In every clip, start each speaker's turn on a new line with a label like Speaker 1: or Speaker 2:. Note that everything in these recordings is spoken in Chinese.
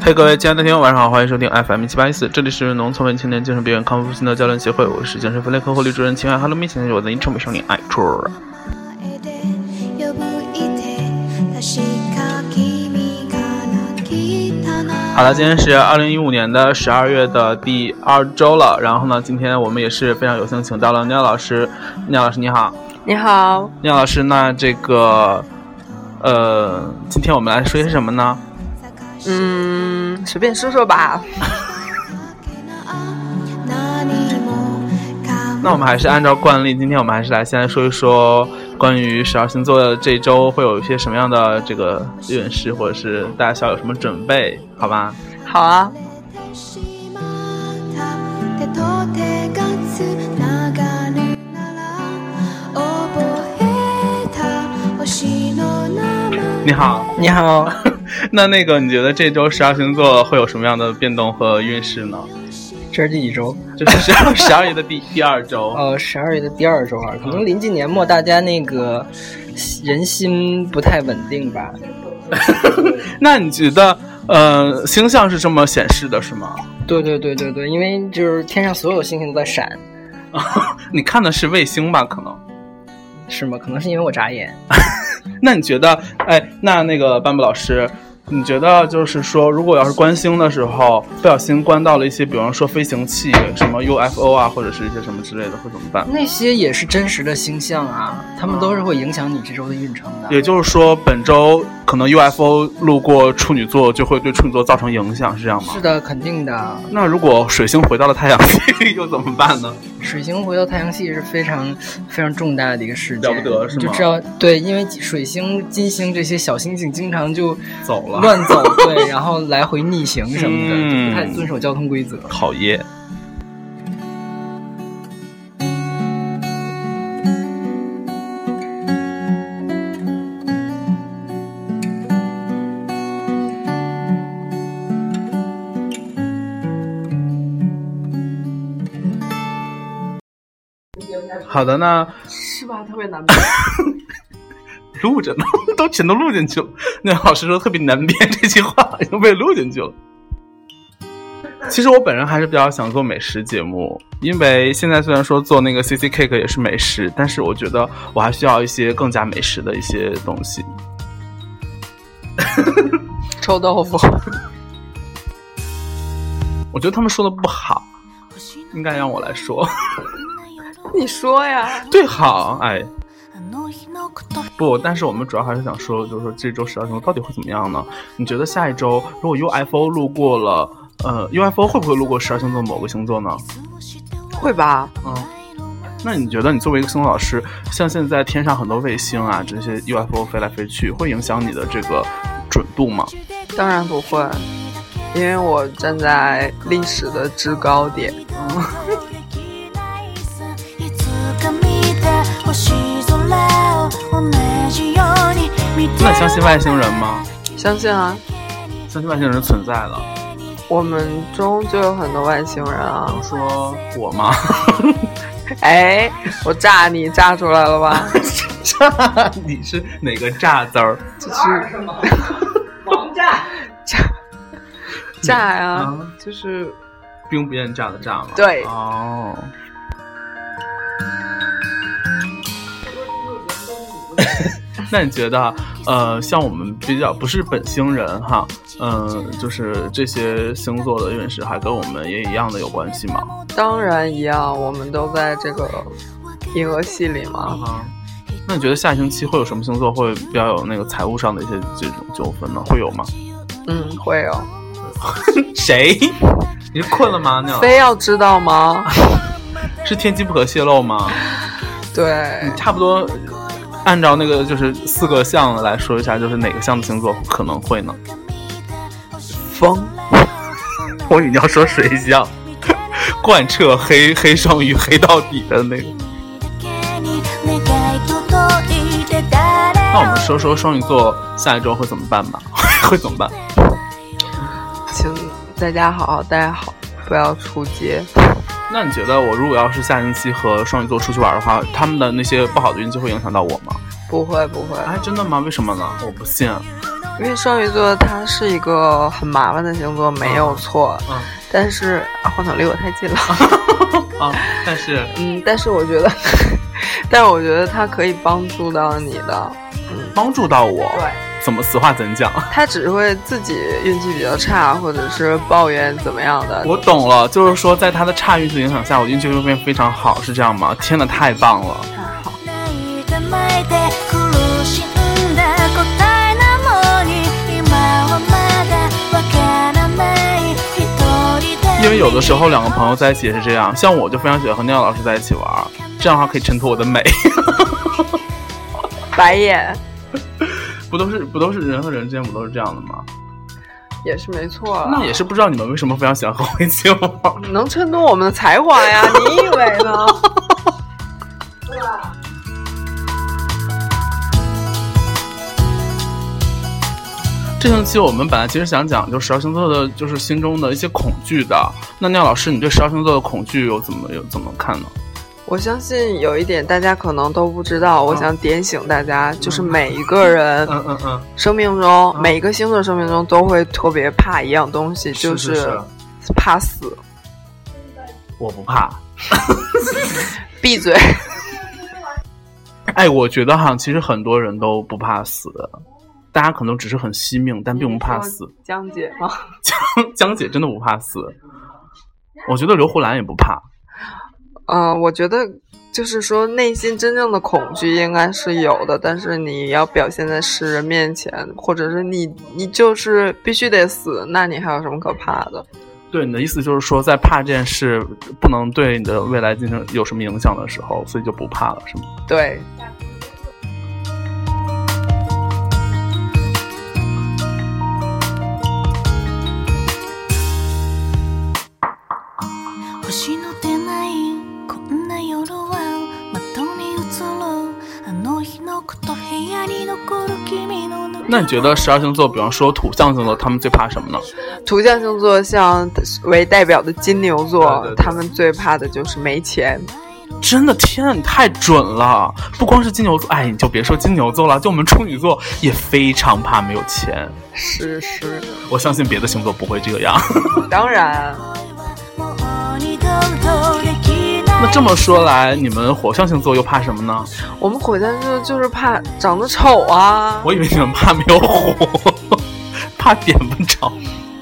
Speaker 1: 嘿、各位亲爱的听友，晚上好，欢迎收听 FM 七八一四，这里是农村为青年精神病院康复心得交流协会，我是精神分裂科护理主任秦爱哈喽咪，现在是我的昵称美少年爱春儿。
Speaker 2: 前で呼ぶいて確か君から来たな
Speaker 1: 好了，今天是二零一五年的十二月的第二周了，然后呢，今天我们也是非常有幸请到了廖老师，廖老师你好，
Speaker 3: 你好，
Speaker 1: 廖老师，那这个，呃，今天我们来说些什么呢？
Speaker 3: 嗯，随便说说吧。
Speaker 2: 何もかも
Speaker 1: 那我们还是按照惯例，今天我们还是来先来说一说关于十二星座的这一周会有一些什么样的这个运势，或者是大家需要有什么准备，好吧？
Speaker 3: 好啊，
Speaker 2: てしまった手と手がつながるなら覚えた星の名前
Speaker 1: 你好，
Speaker 3: 你好，
Speaker 1: 那那个你觉得这周十二星座会有什么样的变动和运势呢？
Speaker 4: 这是第几周？
Speaker 1: 就是十二十二月的第 第二周，
Speaker 4: 呃，十二月的第二周啊，可能临近年末，大家那个人心不太稳定吧。
Speaker 1: 那你觉得呃星象是这么显示的，是吗？
Speaker 4: 对对对对对，因为就是天上所有星星都在闪，
Speaker 1: 你看的是卫星吧？可能。
Speaker 4: 是吗？可能是因为我眨眼。
Speaker 1: 那你觉得，哎，那那个班布老师，你觉得就是说，如果要是观星的时候不小心关到了一些，比方说飞行器、什么 UFO 啊，或者是一些什么之类的，会怎么办？
Speaker 4: 那些也是真实的星象啊，他们都是会影响你这周的运程的。
Speaker 1: 也就是说，本周可能 UFO 路过处女座，就会对处女座造成影响，是这样吗
Speaker 4: 是？的，肯定的。
Speaker 1: 那如果水星回到了太阳系， 又怎么办呢？
Speaker 4: 水星回到太阳系是非常非常重大的一个事件，
Speaker 1: 了不得是吗
Speaker 4: 你就知道对，因为水星、金星这些小星星经常就
Speaker 1: 走了，
Speaker 4: 乱走，对，然后来回逆行什么的，
Speaker 1: 嗯
Speaker 4: 就不太遵守交通规则。
Speaker 1: 讨厌。好的，那
Speaker 3: 是吧？特别难办。
Speaker 1: 录着呢， 都全都录进去了。那老师说特别难编，这句话 已经被录进去了。其实我本人还是比较想做美食节目，因为现在虽然说做那个 C C cake 也是美食，但是我觉得我还需要一些更加美食的一些东西。
Speaker 3: 臭豆腐，
Speaker 1: 我觉得他们说的不好， 应该让我来说
Speaker 3: 你说呀？
Speaker 1: 最好。哎，
Speaker 2: あの日のこと
Speaker 1: 不，但是我们主要还是想说，就是说这周十二星座到底会怎么样呢？你觉得下一周如果 UFO 路过了，呃，UFO 会不会路过十二星座某个星座呢？
Speaker 3: 会吧？
Speaker 1: 嗯，那你觉得你作为一个星座老师，像现在天上很多卫星啊，这些 UFO 飞来飞去，会影响你的这个准度吗？
Speaker 3: 当然不会，因为我站在历史的制高 点。
Speaker 2: いつか見て星空を同じように見て
Speaker 1: 那你相信外星人吗？
Speaker 3: 相信啊，
Speaker 1: 相信外星人存在了？
Speaker 3: 我们中就有很多外星人啊。
Speaker 1: 说我吗？
Speaker 3: 哎，我炸你炸出来了 吧？
Speaker 1: 炸？你是哪个炸字儿？
Speaker 3: 就是
Speaker 4: 王炸。
Speaker 3: 炸呀、
Speaker 1: 嗯
Speaker 3: 就是
Speaker 1: 兵不厌诈的诈吗？
Speaker 3: 对
Speaker 1: 哦。 那你觉得，呃，像我们比较不是本星人哈，嗯、就是这些星座的运势还跟我们也一样的有关系吗？
Speaker 3: 当然一样，我们都在这个银河系里嘛。
Speaker 1: 啊，那你觉得下星期会有什么星座会比较有那个财务上的一些这种纠纷呢？会有吗？
Speaker 3: 嗯，会有。
Speaker 1: 谁？你是困了吗？
Speaker 4: 啊
Speaker 1: 那
Speaker 3: 非要知 道吗？
Speaker 1: 是天机不可泄露吗？
Speaker 3: 对，
Speaker 4: 嗯
Speaker 1: 差不多按照那个就是四个象来说一下，就是哪个象的星座可能会呢？
Speaker 3: 风。
Speaker 1: 我以为你要说水象，贯彻黑黑双鱼黑到底的 那个。那我们说说双鱼座下一周会怎么办吧？ 会怎么办？
Speaker 3: 请在家好好待好，不要出街。
Speaker 1: 那你觉得我如果要是下星期和双鱼座出去玩的话，他们的那些不好的运气会影响到我吗？
Speaker 3: 不会不会，
Speaker 1: 哎，真的吗？为什么呢？我不信。
Speaker 3: 因为双鱼座它是一个很麻烦的星座，没有错。
Speaker 1: 嗯
Speaker 3: 但是、啊、话筒离我太近了，
Speaker 1: 啊，但是
Speaker 3: 嗯，但是我觉得， 但是我觉得它可以帮助到你的，嗯，
Speaker 1: 帮助到我，
Speaker 3: 对，
Speaker 1: 怎么此话怎讲？
Speaker 3: 它只会自己运气比较差，或者是抱怨怎么样的。
Speaker 1: 我懂了，就是说在他的差运气影响下，我运气会变非常好，是这样吗？天呐，太棒了！
Speaker 2: 泣いたまいて苦しんだ答えなのに今はまだわからない一人で
Speaker 1: 因为有的时候两个朋友在一起也是这样，像我就非常喜欢和尿老师在一起玩，这样的话可以衬托我的美。
Speaker 3: 白眼
Speaker 1: 不都是不都是人和人之间不都是这样的吗？
Speaker 3: 也是没错啊，
Speaker 1: 那也是不知道你们为什么非常喜欢和我一起玩。
Speaker 3: 能衬托我们的才华呀？ 你以为呢？
Speaker 1: 这星期我们本来其实想讲就十二星座的，就是心中的一些恐惧的。那尿老师，你对十二星座的恐惧有怎么有怎么看呢？
Speaker 3: 我相信有一点大家可能都不知道，我
Speaker 1: 嗯
Speaker 3: 想点醒大家，就是每一个人
Speaker 1: 嗯嗯嗯，
Speaker 3: 生命中，
Speaker 1: 嗯
Speaker 3: 每一个星座生命中都会特别怕一样东西，就是
Speaker 1: 是，
Speaker 3: 怕死。
Speaker 1: 我不怕。
Speaker 3: 闭嘴！
Speaker 1: 哎，我觉得哈，其实很多人都不怕死，大家可能只是很惜命，但 并不怕死。
Speaker 3: 江姐吗？
Speaker 1: 江姐真的不怕死，我觉得刘胡兰也不怕。
Speaker 3: 呃，我觉得就是说，内心真正的恐惧应该是有的，但是你要表现在世人面前，或者是你你就是必须得死，那你还有什么可怕的？
Speaker 1: 对你的意思就是说，在怕这件事不能对你的未来进行有什么影响的时候，所以就不怕了，是吗？
Speaker 3: 对，
Speaker 2: 星の出ないこんな夜は窓に映るあの日のこと部屋に残る君のぬ
Speaker 1: 那你觉得十二星座，比方说土象星座，他们最怕什么呢？
Speaker 3: 图像星座像为代表的金牛座，
Speaker 1: 对对对
Speaker 3: 他们最怕的就是没钱。
Speaker 1: 真的，天啊，你太准了！不光是金牛座，哎，你就别说金牛座了，就我们处女座也非常怕没有钱。
Speaker 3: 是是，
Speaker 1: 我相信别的星座不会这样。
Speaker 3: 当然，
Speaker 2: もう二度とできない
Speaker 1: 那这么说来，你们火象星座又怕什么呢？
Speaker 3: 我们火象座就是怕长得丑啊。
Speaker 1: 我以为你们怕没有火， 怕点不着。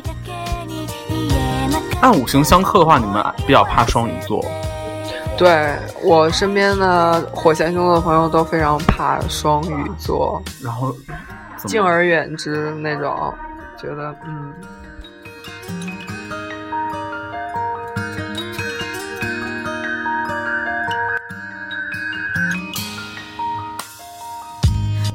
Speaker 2: だけに言えなかっ
Speaker 1: 按五行相克的话，你们比较怕双鱼座。
Speaker 3: 对我身边的火象星座的朋友都非常怕双鱼座，
Speaker 1: 然后怎么
Speaker 3: 敬而远之那种，觉得嗯，
Speaker 2: た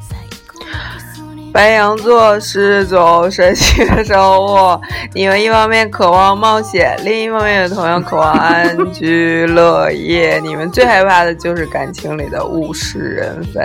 Speaker 2: 最高のキスに
Speaker 3: 白羊座是种神奇的生物， 你们一方面渴望冒险，另一方面也同样渴望安居乐业。 你们最害怕的就是感情里的物是人非，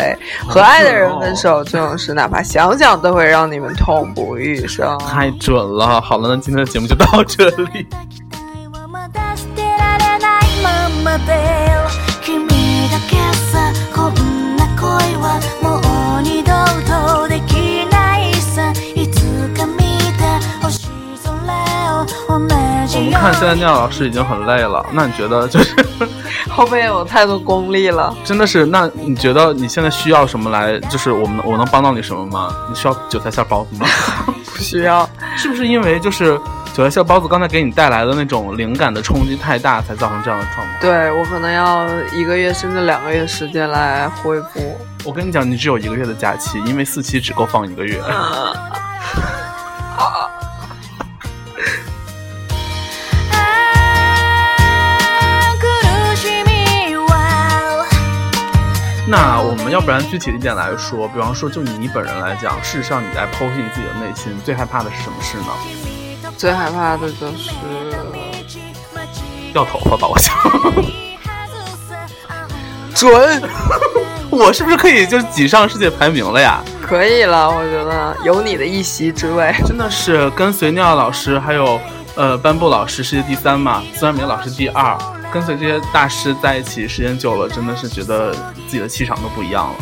Speaker 3: 和爱的人分手这种事，哪怕想想都会让你们痛不欲生。
Speaker 1: 太准了。好了，那今天的节目就到这里。
Speaker 2: 抱きたいはまだ捨てられないままで君だけさこんな恋はもう二度とできないさいつか見た星空を同
Speaker 1: 我
Speaker 2: じ
Speaker 1: 们
Speaker 2: よ
Speaker 1: 看现在
Speaker 2: うに
Speaker 1: 廖老师已经 很累了，那你觉得就是
Speaker 3: 后面有太多功利了。
Speaker 1: 真的是？那你觉得你现在需要什么来？就是我们我能帮到你什么吗？你需要韭菜馅包子吗？
Speaker 3: 不需要。
Speaker 1: 是不是因为就是韭菜馅包子刚才给你带来的那种灵感的冲击太大，才造成这样的状况？
Speaker 3: 对我可能要一个月甚至两个月时间来恢复。
Speaker 1: 我跟你讲，你只有一个月的假期，因为四期只够放一个月。
Speaker 2: 啊あー苦しみは
Speaker 1: 那我们要不然具体一点来说，比方说就你本人来讲，事实上你在剖析你自己的内心，最害怕的是什么事呢？
Speaker 3: 最害怕的就是
Speaker 1: 掉头发吧，我想。
Speaker 3: 准，
Speaker 1: 我是不是可以就是挤上世界排名了呀？
Speaker 3: 可以了，我觉得有你的一席之位。
Speaker 1: 真的是跟随尿老师还有呃颁布老师世界第三嘛，孙安明老师第二。跟随这些大师在一起时间久了，真的是觉得自己的气场都不一样了。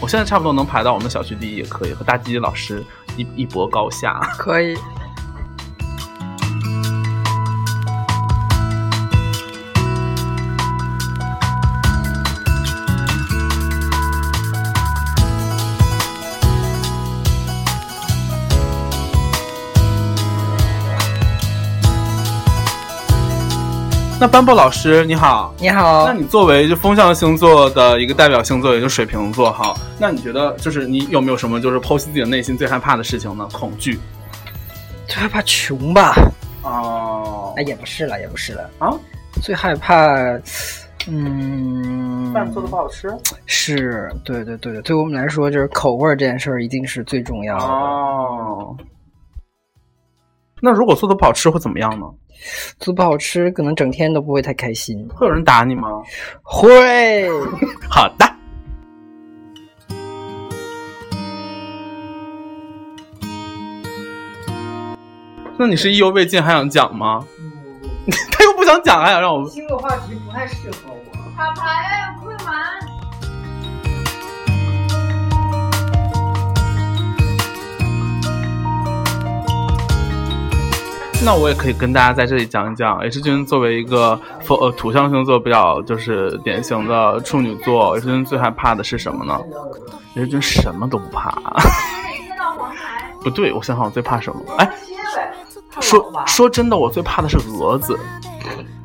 Speaker 1: 我现在差不多能排到我们小区第一也可以，和大吉老师一一搏高下。
Speaker 3: 可以。
Speaker 1: 那班博老师你好，
Speaker 4: 你好
Speaker 1: 那，你作为就风象星座的一个代表星座，也就是水瓶座哈，那你觉得就是你有没有什么就是剖析自己的内心最害怕的事情呢？恐惧
Speaker 4: 最害怕穷吧？
Speaker 1: 哦
Speaker 4: 哎，也不是了，也不是了，
Speaker 1: 啊，
Speaker 4: 最害怕，嗯，
Speaker 1: 好吃
Speaker 4: 是，对对对对，对我们来说，就是口味儿这件事儿一定是最重要的。
Speaker 1: 哦。那如果做的不好吃会怎么样呢？
Speaker 4: 做不好吃，可能整天都不会太开心。
Speaker 1: 会有人打你吗？
Speaker 4: 会，
Speaker 1: 好的。那你是意犹未尽，还想讲吗？ 他又不想讲，还想让我们
Speaker 4: 这嗯个话题不太适合我。
Speaker 2: 好牌，我不会玩。
Speaker 1: 那我也可以跟大家在这里讲一讲，H 君作为一个风呃土象星座比较就是典型的处女座，H 君最害怕的是什么呢？H 君什么都不怕。 不对，我想想我最怕什么？哎，说说真的，我最怕的是蛾子。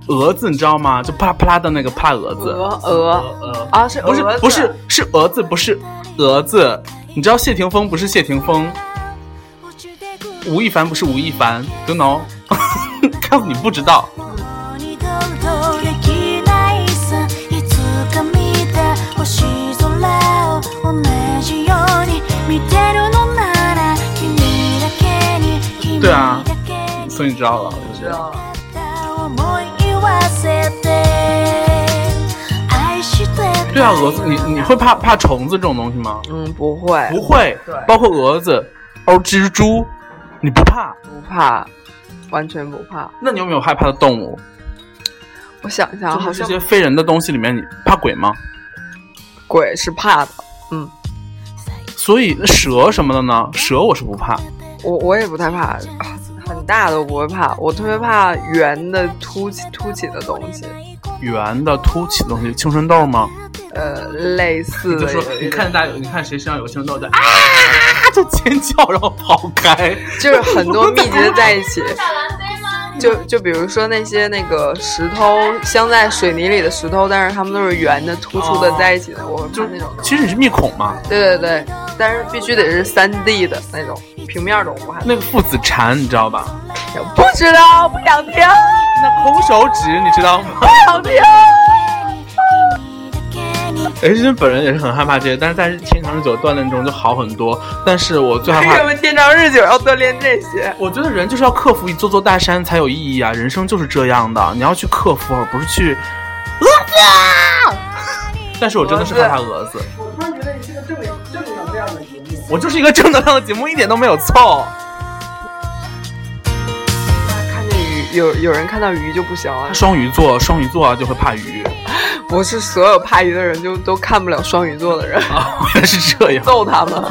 Speaker 1: 蛾子你知道吗？就啪啦啪啦的那个啪啦蛾子。
Speaker 3: 鹅鹅
Speaker 1: 呃，
Speaker 3: 啊，是
Speaker 1: 不是
Speaker 3: 蛾子
Speaker 1: 不是是蛾子，不是蛾子。你知道谢霆锋不是谢霆锋，吴亦凡不是吴亦凡，you know？看你不知道。
Speaker 2: 对啊，所
Speaker 1: 所以你知道了，
Speaker 3: 知道了。
Speaker 2: 以
Speaker 1: 对啊，蛾子，你你会怕怕虫子这种东西吗？
Speaker 3: 嗯，不会，
Speaker 1: 不会
Speaker 3: 对，
Speaker 1: 包括蛾子、哦蜘蛛，你不怕？
Speaker 3: 不怕，完全不怕。
Speaker 1: 那你有没有害怕的动物？
Speaker 3: 我想一下，
Speaker 1: 就
Speaker 3: 啊好
Speaker 1: 是这些
Speaker 3: 像
Speaker 1: 非人的东西里面，你怕鬼吗？
Speaker 3: 鬼是怕的。嗯，
Speaker 1: 所以蛇什么的呢？蛇我是不
Speaker 2: 啊
Speaker 1: 怕。
Speaker 3: 我我也不太怕，很大的我不会怕，我特别怕圆的凸起凸起的东西，
Speaker 1: 圆的凸起的东西，青春痘吗？
Speaker 3: 呃， 类似
Speaker 1: 你就
Speaker 3: 的
Speaker 1: 说
Speaker 3: 有一
Speaker 1: 你
Speaker 3: 点
Speaker 1: 看大家有，你看谁身上有青春痘就啊，就尖叫然后跑 开。
Speaker 3: 就是很多密集的在一起。就就比如说那些那个石头镶在水泥里的石头，但是它们都是圆的、突出的
Speaker 1: 哦
Speaker 3: 在一起的，我就那种。
Speaker 1: 其实你是密孔嘛？
Speaker 3: 对对对，但是必须得是三 D 的那种，平面的我不害怕。
Speaker 1: 那个父子禅你知道
Speaker 2: 啊
Speaker 1: 吧？
Speaker 3: 不知道，不想听，
Speaker 1: 那空手指你知道 吗？
Speaker 3: 不想听。
Speaker 1: H 君哎本人也是很害怕这些，但是在天长日久的锻炼中就好很多。但是我最害
Speaker 3: 为什
Speaker 1: 怕，
Speaker 3: 么天长日久要锻炼这些？
Speaker 1: 哎我觉得人就是要克服一座座大山才有意义啊！人生就是这样的，你要去克服，而不是 去。蛾 子，但啊是我真的是害怕蛾子。我突然觉得你是个正正能量的节目，我就是一个正能量的节目，一点都没有错。
Speaker 3: 看见鱼，有有人看到鱼就不行了
Speaker 1: 他。双鱼座，双鱼座啊就会怕鱼
Speaker 3: 不是所有怕鱼的人就都看不了双鱼座的人，
Speaker 1: 啊，原来是这样。
Speaker 3: 揍他们！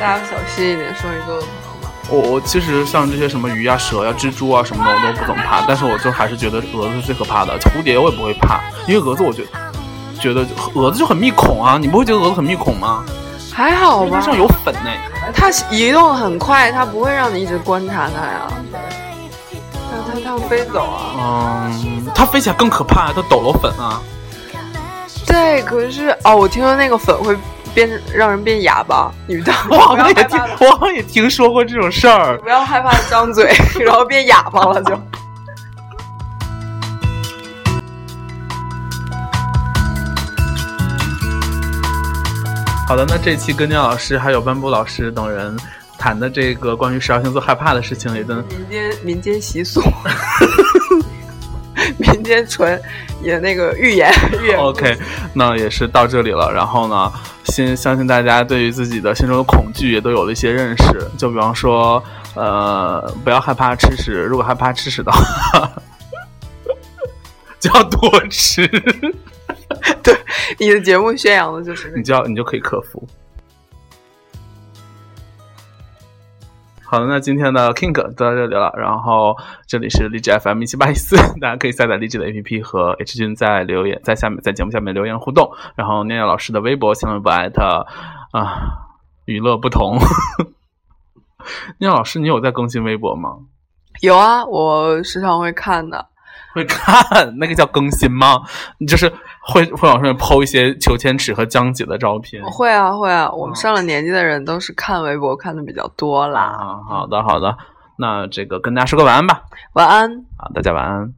Speaker 3: 大家小心一点，双鱼座的朋友们。
Speaker 1: 我我其实像这些什么鱼啊、蛇呀、蜘蛛啊什么的，我都不怎么怕，但是我就还是觉得蛾子是最可怕的。蝴蝶我也不会
Speaker 2: 啊
Speaker 1: 怕，因为蛾子我觉觉得蛾子就很密孔啊，你不会觉得蛾子很密孔吗？
Speaker 3: 还好
Speaker 1: 因为它
Speaker 3: 吧？
Speaker 1: 上有粉呢、
Speaker 3: 它移动很快，它不会让你一直观察它呀。让它它飞走啊。
Speaker 1: 嗯，它飞起来更可怕，它抖了粉啊。
Speaker 3: 对，可是哦，我听说那个粉会变让人变哑巴，你 们当
Speaker 1: 我好
Speaker 3: 不要
Speaker 1: 像也
Speaker 3: 害
Speaker 1: 听
Speaker 3: 怕，了
Speaker 1: 我好像也听说过这种事儿。
Speaker 3: 不要害怕张嘴， 然后变哑巴了就。
Speaker 1: 好的，那这期跟聂老师还有班布老师等人谈的这个关于十二星座害怕的事情，也跟
Speaker 3: 民间民间习俗， 民间传也那个寓言寓言故事。
Speaker 1: OK，那也是到这里了。然后呢，先相信大家对于自己的心中的恐惧也都有了一些认识。就比方说，呃，不要害怕吃屎，如果害怕吃屎的话， 就要多吃，
Speaker 3: 你的节目宣扬的就是那
Speaker 1: 你就要你就可以克服。好的，那今天的 King 就到这里了。然后这里是荔枝 FM 一七八一四，大家可以下载荔枝的 APP 和 H 君在留言，在下面在节目下面留言互动。然后念念老师的微博、新浪微博艾特啊，娱乐不同。念念老师，你有在更新微博吗？
Speaker 3: 有啊，我时常会看的。
Speaker 1: 会看那个叫更新吗？你就是会会往上面抛一些裘千尺和江姐的照片。
Speaker 3: 会啊，会啊，我们上了年纪的人都是看微博看的比较多啦。
Speaker 1: 哦啊，好的好的，那这个跟大家说个晚安吧。
Speaker 3: 晚安。
Speaker 1: 啊，大家晚安。